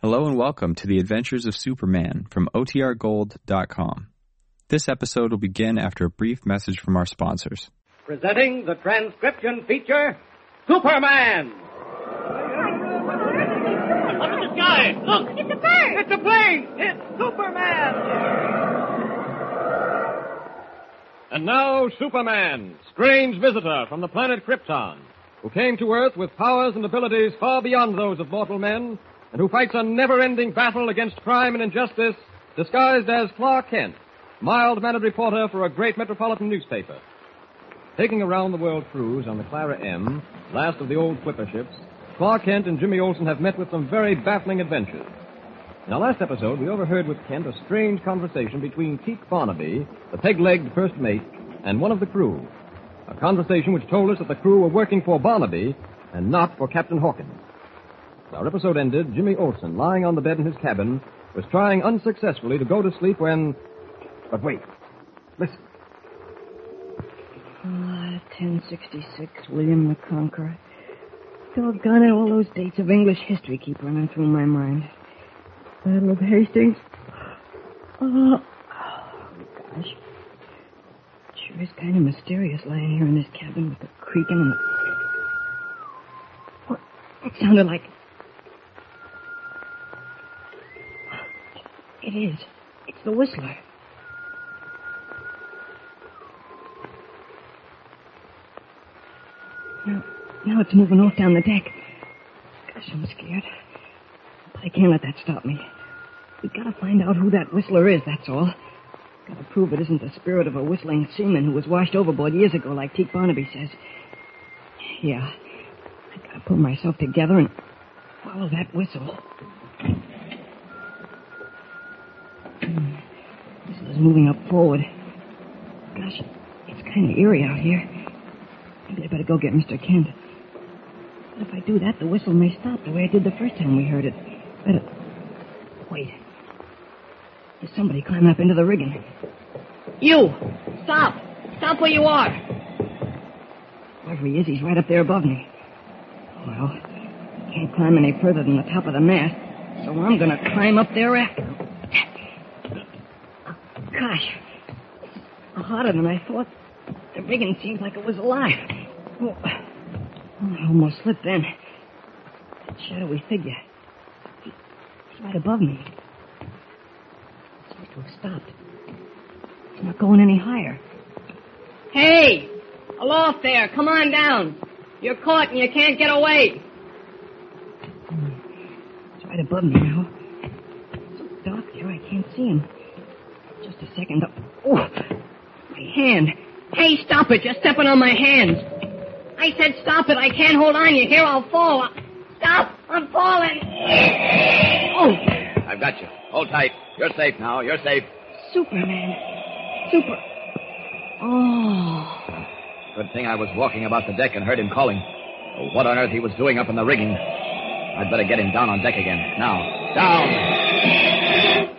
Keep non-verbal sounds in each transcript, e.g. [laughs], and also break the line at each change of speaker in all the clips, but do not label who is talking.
Hello and welcome to the Adventures of Superman from OTRGold.com. This episode will begin after a brief message from our sponsors.
Presenting the transcription feature Superman! Up in the sky! Look! It's a bird! It's a plane! It's Superman!
And now, Superman, strange visitor from the planet Krypton, who came to Earth with powers and abilities far beyond those of mortal men, and who fights a never ending battle against crime and injustice, disguised as Clark Kent, mild mannered reporter for a great metropolitan newspaper. Taking a round the world cruise on the Clara M, last of the old flipper ships, Clark Kent and Jimmy Olsen have met with some very baffling adventures. In our last episode, we overheard with Kent a strange conversation between Keek Barnaby, the peg legged first mate, and one of the crew. A conversation which told us that the crew were working for Barnaby and not for Captain Hawkins. Our episode ended, Jimmy Olsen, lying on the bed in his cabin, was trying unsuccessfully to go to sleep when. But wait. Listen.
1066, William the Conqueror. Doggone it, all those dates of English history keep running through my mind. Battle of Hastings. Oh, oh gosh. Sure is kind of mysterious lying here in this cabin with the creaking and the... What? That sounded like... It is. It's the Whistler. Now, now it's moving off down the deck. Gosh, I'm scared. But I can't let that stop me. We've got to find out who that whistler is, that's all. Gotta prove it isn't the spirit of a whistling seaman who was washed overboard years ago, like Teak Barnaby says. Yeah. I gotta pull myself together and follow that whistle. Hmm. Whistler's moving up forward. Gosh, it's kind of eerie out here. Maybe I better go get Mr. Kent. But if I do that, the whistle may stop the way it did the first time we heard it. Better. Wait. There's somebody climbing up into the rigging. You! Stop! Stop where you are! Wherever he is, he's right up there above me. Well, he can't climb any further than the top of the mast, so I'm gonna climb up there after him. Gosh, Harder than I thought. The rigging seems like it was alive. Oh, I almost slipped then. That shadowy figure. He- He's right above me. It's supposed to have stopped. It's not going any higher.
Hey! Aloft there! Come on down! You're caught and you can't get away!
It's Hmm. right above me now. It's so dark there, I can't see him. Just a second. Oh, my hand.
Hey, stop it! You're stepping on my hands! I said stop it! I can't hold on! You hear? I'll fall! I- Stop! I'm falling! Oh!
I've got you. Hold tight. You're safe now. You're safe.
Superman. Super. Oh.
Good thing I was walking about the deck and heard him calling. Oh, what on earth he was doing up in the rigging. I'd better get him down on deck again. Now. Down!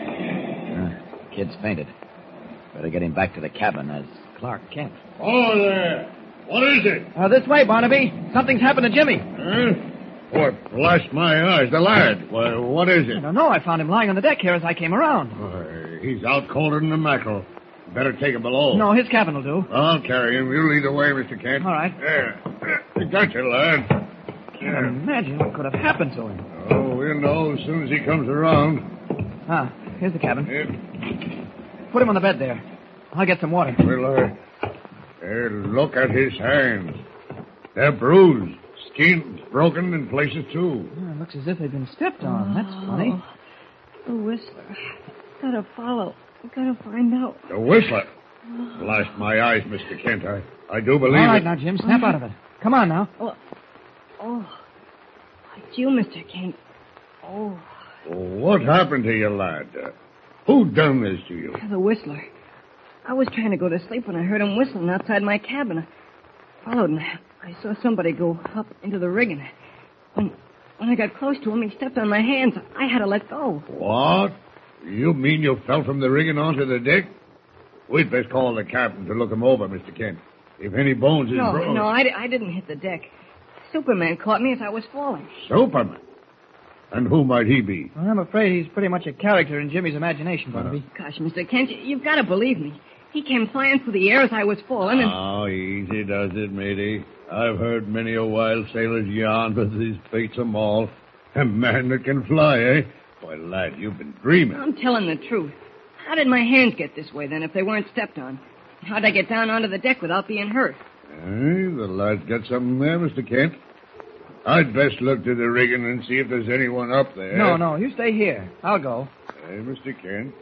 Uh, kid's fainted. Better get him back to the cabin as Clark Kent.
Oh, there. What is it?
Uh, this way, Barnaby. Something's happened to Jimmy.
Huh? Or hmm? bless my eyes, the lad. Why, what is it?
No, I found him lying on the deck here as I came around.
Why, he's out colder than a mackerel. Better take him below.
No, his cabin will do.
I'll carry him. You lead the way, Mr. Kent.
All right.
There. I got you, lad.
Can't imagine what could have happened to him.
Oh, we'll know as soon as he comes around.
Ah, here's the cabin.
Yeah,
Put him on the bed there. I'll get some water.
well, uh, eh, look at his hands. They're bruised, skin broken in places, too.
Yeah, it looks as if they've been stepped on. That's funny.
The Whistler. Gotta follow. Gotta find out.
The whistler. Bless my eyes, Mr. Kent. I, I do believe
All right,
it.
now, Jim, snap out of it. Come on now.
Oh. It's you, Mr. Kent. Oh.
What happened to you, lad? Uh, Who done this to you?
The whistler. I was trying to go to sleep when I heard him whistling outside my cabin. I followed him. I saw somebody go up into the rigging. When, when I got close to him, he stepped on my hands. I had to let go.
What? You mean you fell from the rigging onto the deck? We'd best call the captain to look him over, Mr. Kent. If any bones is
No,
broken.
no, I, di- I didn't hit the deck. Superman caught me as I was falling.
Superman. And who might he be?
Well, I'm afraid he's pretty much a character in Jimmy's imagination, Barnaby.
Gosh, Mr. Kent, you- you've got to believe me. He came flying through the air as I was falling, and
Oh, easy does it, matey. I've heard many a wild sailor's yarn, but these beats 'em all. A man that can fly, eh? Why, lad, you've been dreaming.
I'm telling the truth. How did my hands get this way then if they weren't stepped on? How'd I get down onto the deck without being hurt?
Hey, the lad's got something there, Mr. Kent. I'd best look to the rigging and see if there's anyone up there.
No, no, you stay here. I'll go.
Hey, Mr. Kent.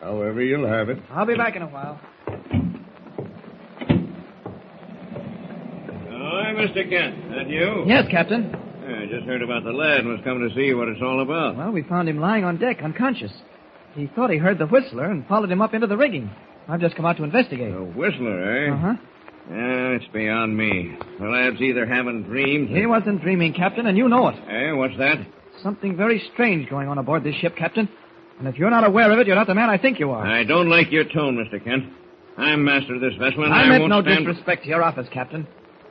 However, you'll have it.
I'll be back in a while.
Hi, Mr. Kent. That you?
Yes, Captain.
I just heard about the lad and was coming to see what it's all about.
Well, we found him lying on deck, unconscious. He thought he heard the whistler and followed him up into the rigging. I've just come out to investigate.
Oh.
The whistler, eh?
Uh huh.
Yeah, it's beyond me. The lad's either having dreams.
He wasn't dreaming, Captain, and you know it.
Eh, what's that?
Something very strange going on aboard this ship, Captain. And if you're not aware of it, you're not the man I think you are.
I don't like your tone, Mr. Kent. I'm master of this vessel, and I,
I meant
won't
no
stand...
disrespect to your office, Captain.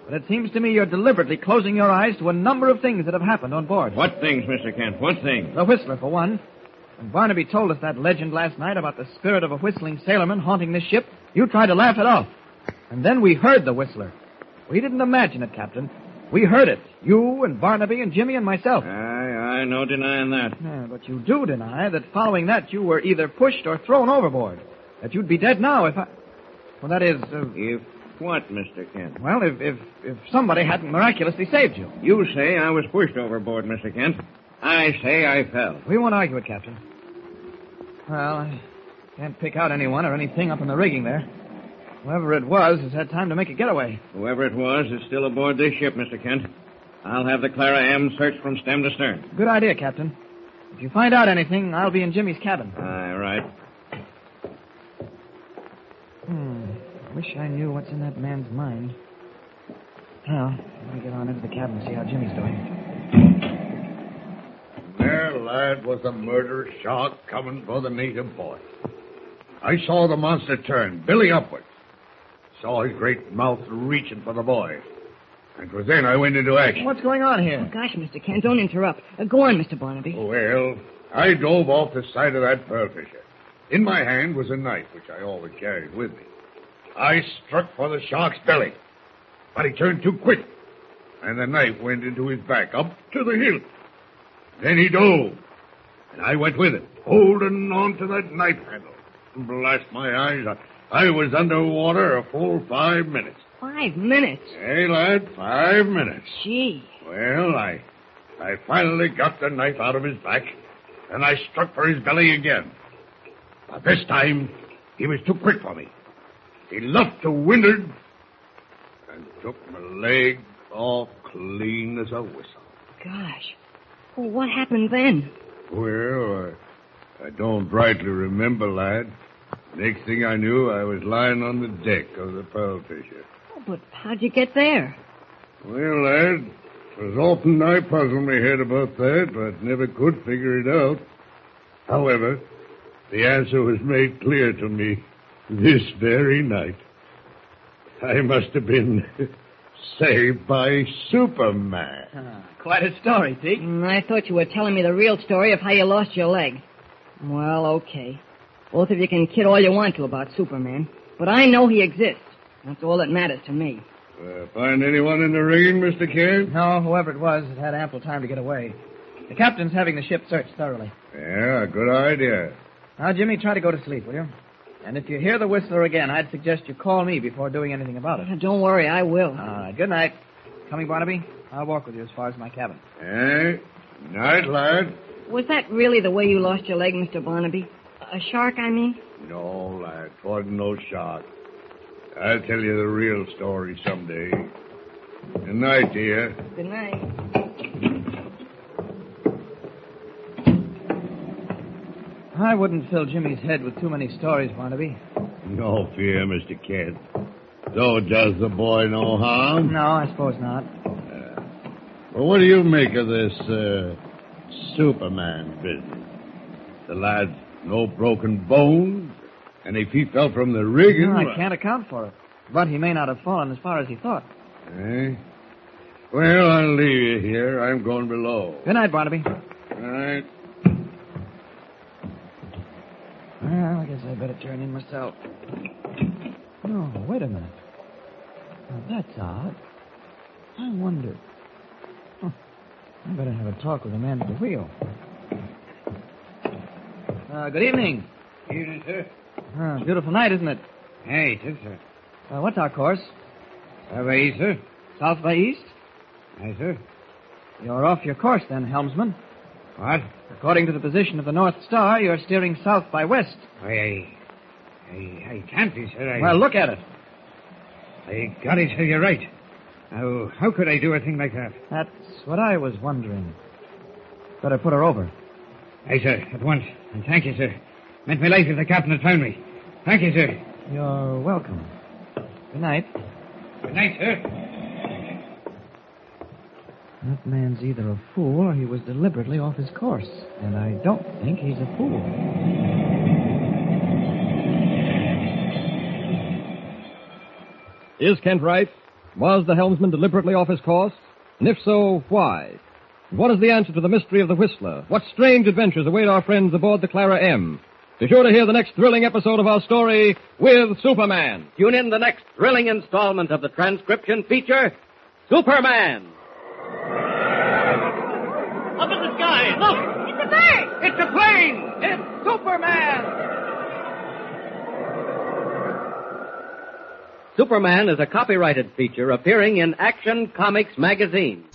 But it seems to me you're deliberately closing your eyes to a number of things that have happened on board.
What things, Mr. Kent? What things?
The Whistler, for one. When Barnaby told us that legend last night about the spirit of a whistling sailorman haunting this ship, you tried to laugh it off. And then we heard the Whistler. We didn't imagine it, Captain. We heard it. You and Barnaby and Jimmy and myself.
Aye, aye, no denying that.
Yeah, but you do deny that following that you were either pushed or thrown overboard. That you'd be dead now if I. Well, that is. Uh,
If what, Mr. Kent?
well, if, if, if somebody hadn't miraculously saved you.
You say I was pushed overboard, Mr. Kent. I say I fell.
We won't argue it, Captain. Well, I can't pick out anyone or anything up in the rigging there. Whoever it was has had time to make a
[laughs]
getaway.
Whoever it was is still aboard this ship, Mr. Kent. I'll have the Clara M searched from stem to stern.
Good idea, Captain. If you find out anything, I'll be in Jimmy's cabin.
Aye, right.
Hmm. Wish I knew what's in that man's mind. Well, let me get on into the cabin and see how Jimmy's doing.
There, lad, was the murderous shark coming for the native boy. I saw the monster turn, Billy upward. Saw his great mouth reaching for the boy. And 'twas then I went into action.
What's going on here?
Oh, Gosh, Mr. Kent, don't interrupt. Uh, go on, Mr. Barnaby.
Well, I dove off the side of that pearl fisher. In my hand was a knife, which I always carried with me. I struck for the shark's belly, but he turned too quick, and the knife went into his back, up to the hilt. Then he dove, and I went with him, holding on to that knife handle. Blast my eyes, I, I was under water a full five minutes.
Five minutes.
Hey, lad, five minutes.
Gee.
Well, I, I finally got the knife out of his back, and I struck for his belly again. But this time, he was too quick for me. He luffed to windward and took my leg off clean as a whistle.
Gosh. Well, what happened then?
Well, I, I don't rightly remember, lad. Next thing I knew, I was lying on the deck of the Pearl Fisher.
Oh, but how'd you get there?
Well, lad, 'twas often I puzzled my head about that, but never could figure it out. However, the answer was made clear to me this very night. I must have been [laughs] saved by Superman.
Quite a story, Pete.
Mm, I thought you were telling me the real story of how you lost your leg. Well, okay. Both of you can kid all you want to about Superman, but I know he exists. That's all that matters to me.
Uh, find anyone in the rigging, Mr. Kent?
No, whoever it was has had ample time to get away. The captain's having the ship searched thoroughly.
Yeah, good idea.
Now, Jimmy, try to go to sleep, will you? And if you hear the whistler again, I'd suggest you call me before doing anything about it.
Don't worry, I will.
All right, Uh, good night. Coming, Barnaby? I'll walk with you as far as my cabin.
Eh? Night, lad.
Was that really the way you lost your leg, Mr. Barnaby? A shark, I mean?
No, lad, 'twasn't no shock. I'll tell you the real story someday. Good night, dear.
Good night.
I wouldn't fill Jimmy's head with too many stories, Barnaby.
No fear, Mr. Kent. Though does the boy no harm.
Um.
No, I suppose not.
Well, what do you make of this uh, Superman business? The lad's no broken bones, and if he fell from the rigging,
No, I can't account for it. But he may not have fallen as far as he thought.
Eh? Well, I'll leave you here. I'm going below.
Good night, Barnaby.
All right.
Well, I guess I better turn in myself. No, wait a minute. Now, that's odd. I wonder. Huh. I better have a talk with the man at the wheel. Uh, good evening.
Evening, sir.
Uh, beautiful night, isn't it?
Hey, too, sir.
Uh, what's our course?
How about you, sir?
South by east?
Hey, sir.
You're off your course then, helmsman.
What?
According to the position of the North Star, you're steering south by west.
I, I, I, I can't be, sir. I,
Well, look at it.
I, golly, sir, you're right. Now, how could I do a thing like that?
That's what I was wondering. Better put her over.
Hey, sir, at once. And thank you, sir. Meant my life if the captain had found me. Thank you, sir.
You're welcome. Good night.
Good night, sir.
That man's either a fool or he was deliberately off his course. And I don't think he's a fool.
Is Kent right? Was the helmsman deliberately off his course? And if so, why? And What is the answer to the mystery of the Whistler? What strange adventures await our friends aboard the Clara M? Be sure to hear the next thrilling episode of our story with Superman.
Tune in the next thrilling installment of the transcription feature, Superman.
Up in the sky! Look! It's a bird! It's a plane! It's Superman!
Superman is a copyrighted feature appearing in Action Comics magazine.